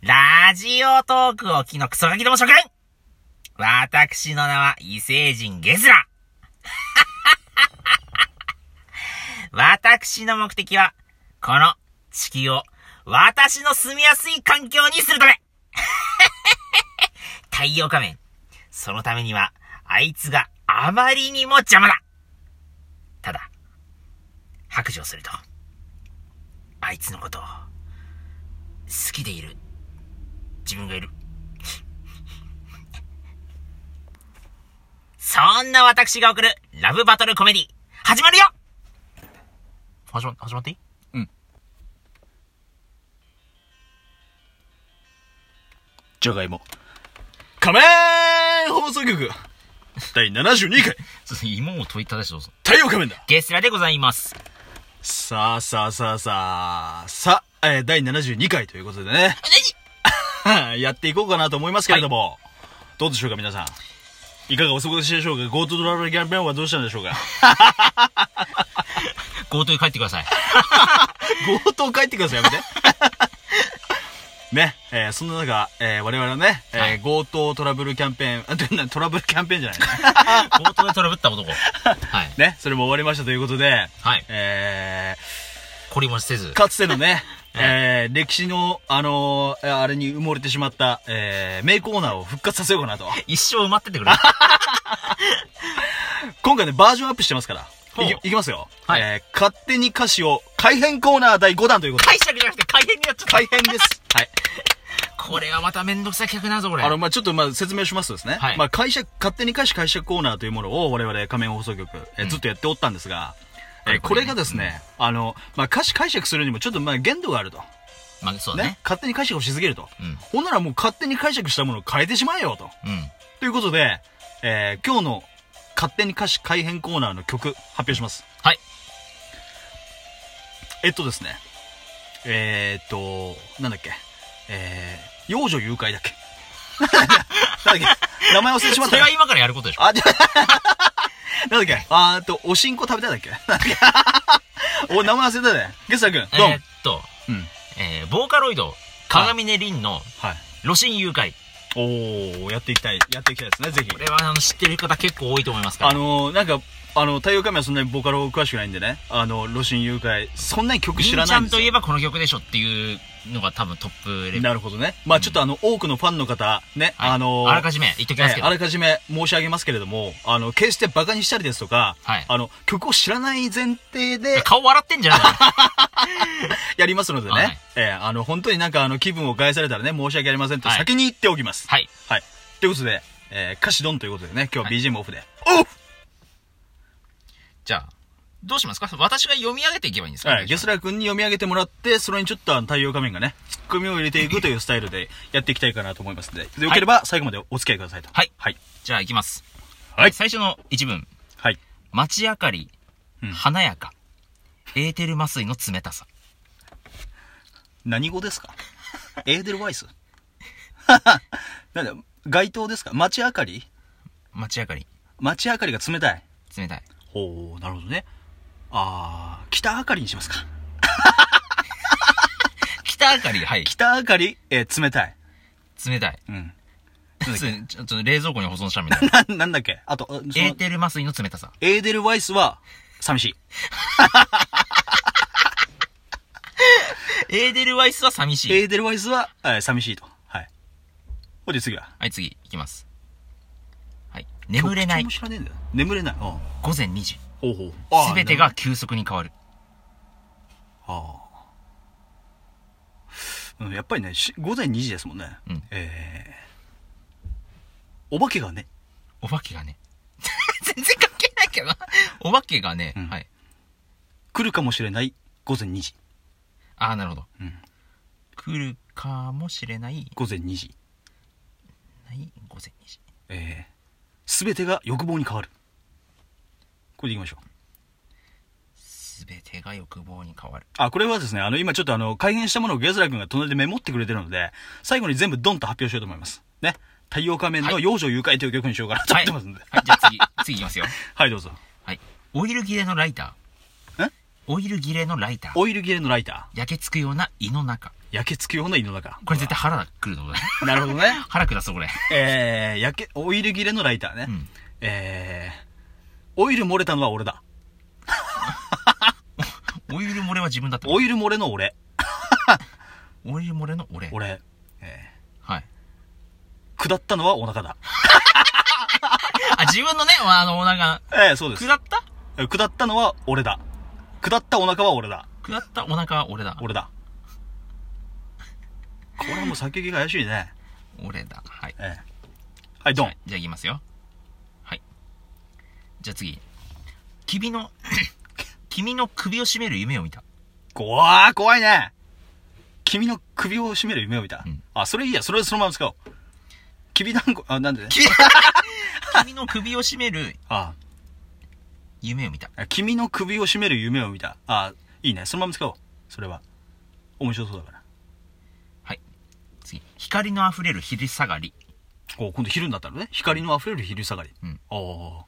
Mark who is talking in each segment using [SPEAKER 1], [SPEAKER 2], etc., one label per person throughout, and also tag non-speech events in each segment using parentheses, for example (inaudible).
[SPEAKER 1] ラジオトークを昨日クソガキども諸君私の名は異星人ゲズラ (laughs) 私の目的は、この地球を私の住みやすい環境にするため (laughs) 太陽仮面。そのためには、あいつがあまりにも邪魔だただ、白状すると、あいつのことを、好きでいる、自分がいる。そんな私が送るラブバトルコメディ、始まるよ始ま、始まっていい
[SPEAKER 2] じゃがいも。仮面放送局第72回
[SPEAKER 1] ちょっと芋を問いただしてどうぞ。
[SPEAKER 2] 太陽仮面だ
[SPEAKER 1] ゲスラでございます。
[SPEAKER 2] さあさあさあさあ、さあ、えー第72回ということでね、 (laughs) やっていこうかなと思いますけれども、どうでしょうか皆さん。いかがお過ごしでしょうか ?GoTo トラベルキャンペーンはどうしたんでしょうか (laughs)
[SPEAKER 1] 強盗に帰ってください。
[SPEAKER 2] ?GoTo 帰ってください、やめて。 (laughs) ね、えーそんな中、えー我々はね、えー
[SPEAKER 1] はい
[SPEAKER 2] GoTo トラブルキャンペーンあ、でなトラブルキャンペーンじゃないね。
[SPEAKER 1] (laughs) 強盗でトラブった男。はい。
[SPEAKER 2] ね、それも終わりましたということで、
[SPEAKER 1] はい。
[SPEAKER 2] えー、
[SPEAKER 1] 懲りもせず。
[SPEAKER 2] かつて
[SPEAKER 1] (laughs)
[SPEAKER 2] のね、えー、歴史の、あのーあれに埋もれてしまった、えー、名コーナーを復活させようかなと。
[SPEAKER 1] 一生埋まっててくれ。
[SPEAKER 2] 今回ね、バージョンアップしてますから。
[SPEAKER 1] ほう
[SPEAKER 2] いきいきますよ。
[SPEAKER 1] はい
[SPEAKER 2] えー、勝手に歌詞を改編コーナー第5弾ということで。
[SPEAKER 1] (laughs) 解釈じゃなくて改変になっちゃった。
[SPEAKER 2] 改編です。はい。
[SPEAKER 1] これはまためんどくさい企画なぞ、これ。
[SPEAKER 2] あの、まあ、ちょっと、まあ、説明しますとですね。
[SPEAKER 1] はい
[SPEAKER 2] まあ、解釈、勝手に歌詞解釈コーナーというものを我々仮面放送局、えー
[SPEAKER 1] うん
[SPEAKER 2] ずっとやっておったんですが、
[SPEAKER 1] は
[SPEAKER 2] えー
[SPEAKER 1] い
[SPEAKER 2] これがですね、あの、まあ、歌詞解釈するにもちょっと、まあ、限度があると。
[SPEAKER 1] まあ、そうだ
[SPEAKER 2] ね
[SPEAKER 1] ね。。
[SPEAKER 2] 勝手に解釈をしすぎると。
[SPEAKER 1] うん。
[SPEAKER 2] ほんならもう勝手に解釈したものを変えてしまえよと。
[SPEAKER 1] うん。
[SPEAKER 2] ということで、えー、今日の勝手に歌詞改編コーナーの曲発表します。
[SPEAKER 1] はい。
[SPEAKER 2] えっとですね、えー、っと、なんだっけ、えー、幼女誘拐だっけ。
[SPEAKER 1] (laughs)
[SPEAKER 2] なんだっけ、名前忘れてしまっ
[SPEAKER 1] そ
[SPEAKER 2] た
[SPEAKER 1] れ
[SPEAKER 2] な
[SPEAKER 1] は。今からやることでしょ。
[SPEAKER 2] あ、じ (laughs) ゃ、なんだっけ、あーっと、おしんこ食べたいだっけ。なんだっけお、名前忘れたね。ゲスタ君、
[SPEAKER 1] え
[SPEAKER 2] ドン。
[SPEAKER 1] ーっと、
[SPEAKER 2] うん。
[SPEAKER 1] えー、ボーカロイド、鏡音凛の
[SPEAKER 2] はい。
[SPEAKER 1] 露心誘拐。
[SPEAKER 2] おー、やっていきたい、やっていきたいですね、ぜひ
[SPEAKER 1] こ。れはあの知ってる方結構多いと思いますか
[SPEAKER 2] あ
[SPEAKER 1] ら。
[SPEAKER 2] のー、なんか、あの、太陽仮面はそんなにボカロ詳しくないんでね、あの、露心誘拐、そんなに曲知
[SPEAKER 1] りん
[SPEAKER 2] ら
[SPEAKER 1] ち
[SPEAKER 2] な
[SPEAKER 1] ゃ
[SPEAKER 2] いん
[SPEAKER 1] ん
[SPEAKER 2] です
[SPEAKER 1] と
[SPEAKER 2] よ
[SPEAKER 1] いえばこの曲でしょっていうのが多分トップレベル。
[SPEAKER 2] なるほどね。まあちょっとあの、多くのファンの方、ね、
[SPEAKER 1] はい
[SPEAKER 2] あのー、
[SPEAKER 1] あらかじめ言っときます
[SPEAKER 2] え
[SPEAKER 1] け
[SPEAKER 2] え
[SPEAKER 1] ど。
[SPEAKER 2] あらかじめ申し上げますけれども、あの、決してバカにしたりですとか、
[SPEAKER 1] はい
[SPEAKER 2] あの、曲を知らない前提で
[SPEAKER 1] 顔笑ってんじ
[SPEAKER 2] (laughs)
[SPEAKER 1] ゃん。
[SPEAKER 2] やりますのでね、
[SPEAKER 1] はい
[SPEAKER 2] ええあの、本当になんかあの、気分を害されたらね、申し訳ありませんと
[SPEAKER 1] はい
[SPEAKER 2] 先に言っておきます。
[SPEAKER 1] はい。
[SPEAKER 2] はい。ということで、えー、歌詞ドンということでね、今日は
[SPEAKER 1] は
[SPEAKER 2] BGM オフで。オフ
[SPEAKER 1] じゃあ、どうしますか私が読み上げていけばいいんですか
[SPEAKER 2] はい、ゲスラー君に読み上げてもらって、それにちょっとあの太陽仮面がね、ツッコミを入れていくというスタイルでやっていきたいかなと思いますので、でよければ最後までお付き合いくださいと。
[SPEAKER 1] はい
[SPEAKER 2] はい。
[SPEAKER 1] じゃあ、いきます。
[SPEAKER 2] はい
[SPEAKER 1] 最初の一文。
[SPEAKER 2] はい。
[SPEAKER 1] 街明かり、
[SPEAKER 2] うん
[SPEAKER 1] 華やか、エーテル麻酔の冷たさ。
[SPEAKER 2] 何語ですかエーデルワイス (laughs) なんだ、街灯ですか街明かり
[SPEAKER 1] 街明かり、
[SPEAKER 2] 街明かりが冷たい。
[SPEAKER 1] 冷たい。
[SPEAKER 2] ほう、なるほどね。あー、北明かりにしますか。
[SPEAKER 1] 北明かり、はい。
[SPEAKER 2] 北明かり、えー冷たい。
[SPEAKER 1] 冷たい。
[SPEAKER 2] (laughs) うん。
[SPEAKER 1] ち
[SPEAKER 2] なんだっけ
[SPEAKER 1] ょちょっと冷蔵庫に保存したみたい
[SPEAKER 2] (laughs)
[SPEAKER 1] な。
[SPEAKER 2] な、なんだっけあと、あその
[SPEAKER 1] エーテル麻酔の冷たさ。
[SPEAKER 2] エーデルワイスは、寂しい。
[SPEAKER 1] エーデルワイスは寂しい。
[SPEAKER 2] エーデルワイスは、えー寂しいと。はい。ほいで次は。
[SPEAKER 1] はい、次、いきます。はい。眠れない
[SPEAKER 2] 曲。調も知らねえんだよ。眠れない。うん。
[SPEAKER 1] 午前2時。
[SPEAKER 2] ほうほう。
[SPEAKER 1] すべてが。急速に変わる。
[SPEAKER 2] ああ。うん、やっぱりね、し午前2時ですもんね。
[SPEAKER 1] うん
[SPEAKER 2] えー、お化けがね、
[SPEAKER 1] お化けがね。 (laughs) 全然関係ないけど。お化けがね、
[SPEAKER 2] うん
[SPEAKER 1] はい。
[SPEAKER 2] 来るかもしれない午前2時。
[SPEAKER 1] ああ、なるほど。
[SPEAKER 2] うん。
[SPEAKER 1] 来るかもしれない。
[SPEAKER 2] 午前2時。
[SPEAKER 1] ない午前2時。
[SPEAKER 2] えー、すべてが欲望に変わる。これでいきましょう。
[SPEAKER 1] すべてが欲望に変わる。
[SPEAKER 2] あ、これはですね、あの、今ちょっとあの、改変したものをゲズラ君が隣でメモってくれてるので、最後に全部ドンと発表しようと思います。ね。太陽仮面の幼女誘拐という曲にしようかなと思ってますんで。はい、
[SPEAKER 1] はい、じゃあ次、 (laughs) 次いきますよ。
[SPEAKER 2] どうぞ。
[SPEAKER 1] はい。オイル切れのライター。
[SPEAKER 2] え
[SPEAKER 1] オイル切れのライター。
[SPEAKER 2] オイル切れのライター。
[SPEAKER 1] 焼けつくような胃の中。
[SPEAKER 2] 焼けつくような胃の中。
[SPEAKER 1] これ絶対腹くるの
[SPEAKER 2] (laughs)
[SPEAKER 1] これ。
[SPEAKER 2] なるほどね。
[SPEAKER 1] 腹下すこれ。
[SPEAKER 2] えー、焼け、オイル切れのライターね。
[SPEAKER 1] うん
[SPEAKER 2] えー、オイル漏れたのは俺だ。
[SPEAKER 1] オイル漏れは自分だった。
[SPEAKER 2] オイル漏れの俺。
[SPEAKER 1] オイル漏れの俺。
[SPEAKER 2] 俺。え
[SPEAKER 1] はい。
[SPEAKER 2] ー、下ったのはお腹 (laughs) だ。
[SPEAKER 1] あ、自分のね、まああの、お腹、
[SPEAKER 2] えー、そうです。
[SPEAKER 1] 下った
[SPEAKER 2] えー下ったのは俺だ。下ったお腹は俺だ。
[SPEAKER 1] 下ったお腹は俺だ。
[SPEAKER 2] 俺 (laughs) だ。これはもう先行きが怪しいね。
[SPEAKER 1] 俺だ。はい。
[SPEAKER 2] えー、はい、ドン。
[SPEAKER 1] じゃあいきますよ。はい。じゃあ次。君の、 (coughs) 君の首を絞める夢を見
[SPEAKER 2] (laughs)
[SPEAKER 1] た。
[SPEAKER 2] こわー、怖いね。君の首を絞める夢を見た。
[SPEAKER 1] うん
[SPEAKER 2] あ、それいいや。それそのまま使おう。きびだんご、あ、なんでね。
[SPEAKER 1] 君の首を絞める
[SPEAKER 2] あ
[SPEAKER 1] 夢を見た。
[SPEAKER 2] あ、君の首を絞める夢を見た。あ、いいね。そのまま使おう。それは。面白そうだから。
[SPEAKER 1] 次。光の溢れる昼下がり。
[SPEAKER 2] お今度昼になったのね。光の溢れる昼下がり。
[SPEAKER 1] うん
[SPEAKER 2] おお。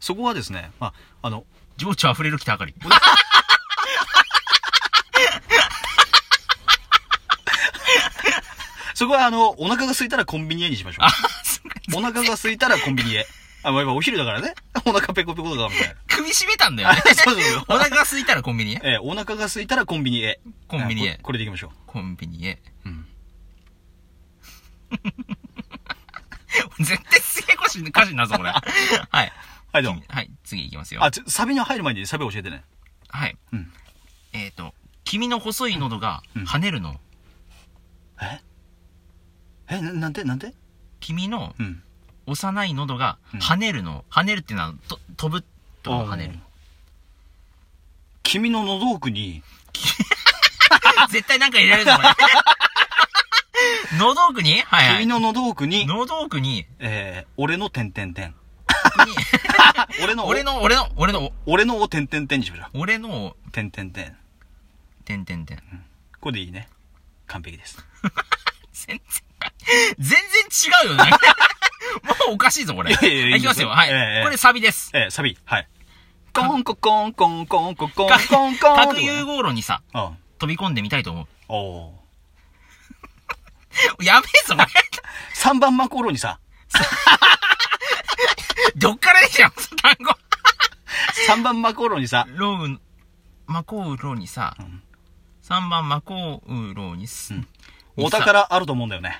[SPEAKER 2] そこはですね、まあ、あの、
[SPEAKER 1] 情緒溢れる北明かり。
[SPEAKER 2] そこはあの、お腹が空いたらコンビニへにしましょ
[SPEAKER 1] あ、そうか
[SPEAKER 2] う。お腹が空いたらコンビニへ。あ、まあ、今お昼だからね。お腹ペコペコだからみたいな。
[SPEAKER 1] 首絞めたんだよ
[SPEAKER 2] (laughs)
[SPEAKER 1] ね。
[SPEAKER 2] そうそうそう
[SPEAKER 1] お腹が空いたらコンビニへ。
[SPEAKER 2] えー、お腹が空いたらコンビニへ。
[SPEAKER 1] コンビニへ
[SPEAKER 2] えーここれでいきましょう。
[SPEAKER 1] コンビニへ。 (laughs)
[SPEAKER 2] うん。
[SPEAKER 1] 絶対すげえ歌詞歌詞になる
[SPEAKER 2] (laughs)
[SPEAKER 1] ぞ、これ。はい。
[SPEAKER 2] はい、どうも。
[SPEAKER 1] はい、次いきますよ。
[SPEAKER 2] あ、ちょサビに入る前にサビ教えてね。
[SPEAKER 1] はい。
[SPEAKER 2] うん
[SPEAKER 1] えっ、と、君の細い喉が
[SPEAKER 2] うん
[SPEAKER 1] 跳ねるの。
[SPEAKER 2] ええ、ななんてなんて
[SPEAKER 1] 君の
[SPEAKER 2] うん。
[SPEAKER 1] 幼い喉が跳ねるの。跳ねるっていうのは、と飛ぶとか跳ねる。
[SPEAKER 2] 君の喉奥に、
[SPEAKER 1] 絶対なんか入れるぞ、
[SPEAKER 2] (laughs)
[SPEAKER 1] これ。喉奥にはい、はい。
[SPEAKER 2] 君の喉奥に、
[SPEAKER 1] 喉奥に、
[SPEAKER 2] えー、俺の点点点。
[SPEAKER 1] 奥に
[SPEAKER 2] 俺の、
[SPEAKER 1] 俺、の、俺の、俺の、
[SPEAKER 2] 俺のを点点点にしましょ
[SPEAKER 1] 俺の、
[SPEAKER 2] う。点点点。
[SPEAKER 1] てんてんてん。
[SPEAKER 2] これでいいね。完璧です。
[SPEAKER 1] 全然、全然違う
[SPEAKER 2] (laughs)
[SPEAKER 1] よね。もうおかしいぞ、これ。
[SPEAKER 2] いやいやいや
[SPEAKER 1] はいきますよ。はい。
[SPEAKER 2] ええええ
[SPEAKER 1] これサビです。
[SPEAKER 2] えー、サビ、はい。コンココンコンコンココン
[SPEAKER 1] か
[SPEAKER 2] コンコン。
[SPEAKER 1] 核融合炉にさ、
[SPEAKER 2] うん。
[SPEAKER 1] 飛び込んでみたいと思
[SPEAKER 2] おお
[SPEAKER 1] う。やべえぞ、これ。
[SPEAKER 2] (laughs) ー。三番マコロにさ、
[SPEAKER 1] どっからできたのその単語。
[SPEAKER 2] 三番マコロにさ、
[SPEAKER 1] ロウ、マコウロウにさ、
[SPEAKER 2] ん
[SPEAKER 1] 3番マコウロウにす、
[SPEAKER 2] お宝あると思うんだよね。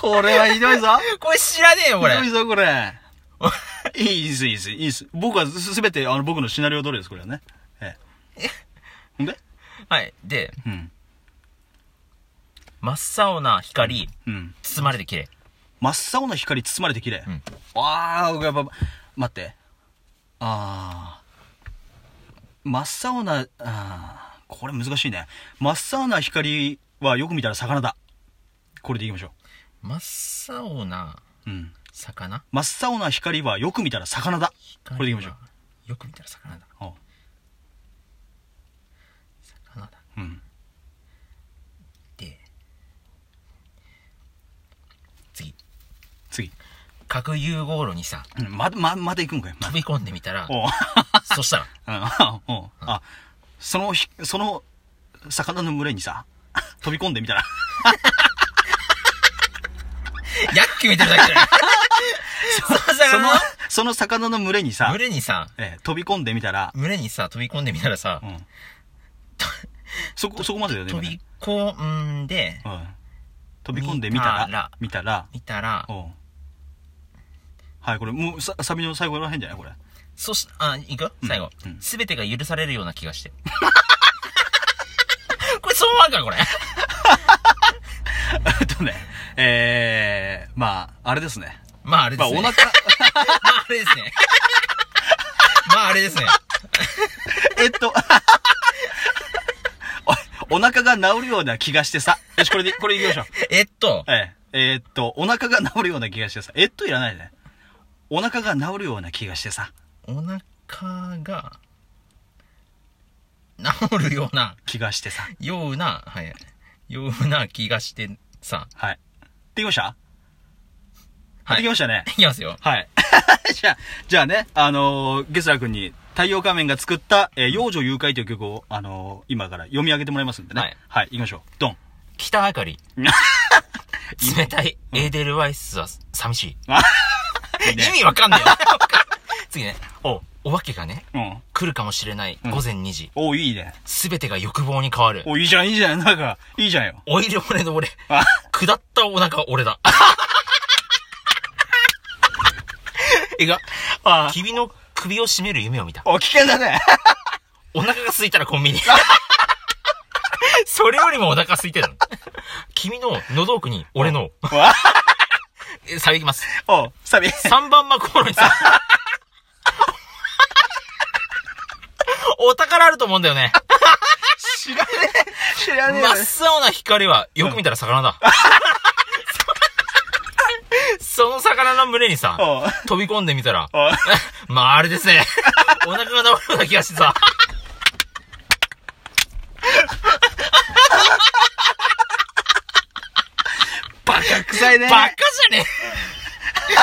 [SPEAKER 2] これはひどいぞ。
[SPEAKER 1] これ知らねえよ、これ
[SPEAKER 2] ひど。いぞ、これ。いいです、いいです、いいです。僕はすすべて、あの、僕のシナリオ通りです、これはね。ええ。ほんで
[SPEAKER 1] はい。で、
[SPEAKER 2] うん。
[SPEAKER 1] 真っ青な光、
[SPEAKER 2] うん。
[SPEAKER 1] 包まれて綺麗。
[SPEAKER 2] 真っ青な光包まれて綺麗。
[SPEAKER 1] うん
[SPEAKER 2] わあ、やっぱ、待って。ああ。真っ青な、あーこれ難しいね。真っ青な光はよく見たら魚だ。これでいきましょ
[SPEAKER 1] 真っ青な
[SPEAKER 2] う。うん。
[SPEAKER 1] 魚
[SPEAKER 2] 真っ青な光はよく見たら魚だ。これでいきましょう。
[SPEAKER 1] よく見たら魚だ。
[SPEAKER 2] あ
[SPEAKER 1] 魚だ。
[SPEAKER 2] うん。
[SPEAKER 1] で、次。
[SPEAKER 2] 次。
[SPEAKER 1] 核融合炉にさ、
[SPEAKER 2] うん、ま、ま、また行くんかよ。ま
[SPEAKER 1] 飛び込んでみたら、
[SPEAKER 2] おう (laughs)
[SPEAKER 1] そしたら、
[SPEAKER 2] あおうあ、そのひ、その、魚の群れにさ、飛び込んでみたら、
[SPEAKER 1] ヤッキー見てるだ
[SPEAKER 2] (laughs)
[SPEAKER 1] けだよ。 (laughs) その
[SPEAKER 2] その
[SPEAKER 1] 魚、
[SPEAKER 2] その魚の群れにさ
[SPEAKER 1] 群、れにさ、
[SPEAKER 2] えー飛び込んでみたら、
[SPEAKER 1] 群れにさ、飛び込んでみたらさ
[SPEAKER 2] う、ん。そこ、そこまでだよね。
[SPEAKER 1] 飛
[SPEAKER 2] 今
[SPEAKER 1] び
[SPEAKER 2] ね
[SPEAKER 1] 込んで、
[SPEAKER 2] うん飛び込んでみたら、見たら、
[SPEAKER 1] 見たら、
[SPEAKER 2] おうはい、これ、もう、さ、サビの最後らへんじゃない (laughs) これ。
[SPEAKER 1] そし、あ、いくよ最後
[SPEAKER 2] うん。
[SPEAKER 1] すべ、てが許されるような気がして。 (laughs) これ、そうなんか、これ。
[SPEAKER 2] えっとね、えー、まあ、あれですね。
[SPEAKER 1] まあ、あれで
[SPEAKER 2] まあ、
[SPEAKER 1] す
[SPEAKER 2] お
[SPEAKER 1] ね。
[SPEAKER 2] 腹、
[SPEAKER 1] まあ、あれですね。 (laughs) まあ、あれですね。
[SPEAKER 2] えっ (laughs) と、おお腹が治るような気がしてさ。よし、これで、これいきましょう。
[SPEAKER 1] えっと、
[SPEAKER 2] えええーっと、お腹が治るような気がしてさ。えっと、いらないね。お腹が治るような気がしてさ。
[SPEAKER 1] お腹が、治るような、
[SPEAKER 2] 気がしてさ。
[SPEAKER 1] ような、はい。ような気がしてさ。
[SPEAKER 2] はい。できました
[SPEAKER 1] はい
[SPEAKER 2] できましたね。
[SPEAKER 1] いきますよ。
[SPEAKER 2] はい。 (laughs) じゃあ、じゃあね、あのーゲスラー君に太陽仮面が作った、えー、幼女誘拐という曲を、あのー今から読み上げてもらいますんでね。
[SPEAKER 1] は
[SPEAKER 2] はいい。はい、行きましょう。ドン。
[SPEAKER 1] 北あか
[SPEAKER 2] (laughs)
[SPEAKER 1] り。冷たいエーデルワイスは寂しい。 (laughs)
[SPEAKER 2] いいね
[SPEAKER 1] 意味わかん
[SPEAKER 2] (laughs)
[SPEAKER 1] ないよ。 (laughs) 次ね。
[SPEAKER 2] お
[SPEAKER 1] お化けがね、
[SPEAKER 2] うん。
[SPEAKER 1] 来るかもしれない午前2時。
[SPEAKER 2] おいいね。
[SPEAKER 1] すべてが欲望に変わる。
[SPEAKER 2] おいいじゃん、いいじゃん。なんか、いいじゃんよ。
[SPEAKER 1] おいで俺の俺。
[SPEAKER 2] あ、
[SPEAKER 1] 下ったお腹は俺
[SPEAKER 2] (laughs)
[SPEAKER 1] だ。えが、
[SPEAKER 2] あ、
[SPEAKER 1] 君の首を絞める夢を見た。
[SPEAKER 2] お、危険だね。
[SPEAKER 1] お腹が空いたらコン
[SPEAKER 2] (laughs)
[SPEAKER 1] ビニ。それよりもお腹空いてるの。君の喉奥に俺の。
[SPEAKER 2] わ
[SPEAKER 1] (laughs) えサビいきます。
[SPEAKER 2] お、サビ。
[SPEAKER 1] 3番マコロニさん。
[SPEAKER 2] (laughs)
[SPEAKER 1] お宝あると思うんだよね。
[SPEAKER 2] 知らねえ。知らねえ
[SPEAKER 1] 真っ青な光は、よく見たら魚
[SPEAKER 2] (laughs)
[SPEAKER 1] だ。その魚の胸にさ、
[SPEAKER 2] お
[SPEAKER 1] 飛び込んでみたら、 (laughs)
[SPEAKER 2] お
[SPEAKER 1] まああれです
[SPEAKER 2] (laughs)
[SPEAKER 1] ね。お腹が治るような気がしてさ。
[SPEAKER 2] バカ臭いね。
[SPEAKER 1] バカじゃねえ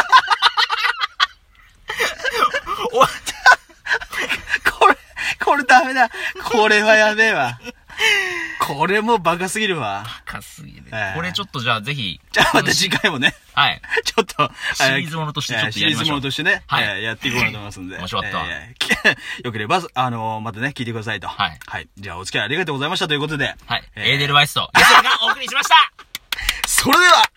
[SPEAKER 1] お
[SPEAKER 2] これ、これダメだ。これはやべえわ。これもバカすぎるわ。
[SPEAKER 1] 高すぎる
[SPEAKER 2] え。え
[SPEAKER 1] これちょっとじゃあぜひ。
[SPEAKER 2] じゃあまた次回もね。
[SPEAKER 1] はい。
[SPEAKER 2] (laughs) ちょっと、
[SPEAKER 1] シリーズものとしてちょっと
[SPEAKER 2] えーシ
[SPEAKER 1] や
[SPEAKER 2] リ
[SPEAKER 1] り
[SPEAKER 2] ー
[SPEAKER 1] ましょう
[SPEAKER 2] ズものとしてね、
[SPEAKER 1] はい
[SPEAKER 2] えーやっていこうかなと思いますん
[SPEAKER 1] (laughs)
[SPEAKER 2] で。
[SPEAKER 1] 面白かった
[SPEAKER 2] えー (laughs) きよければ、あのーまたね、聞いてくださいと。
[SPEAKER 1] はい
[SPEAKER 2] じゃあ、お付き合いありがとうございましたということで。
[SPEAKER 1] はい。
[SPEAKER 2] え
[SPEAKER 1] エーデル
[SPEAKER 2] は
[SPEAKER 1] ワイスと、ゲスラがお送りしました
[SPEAKER 2] それでは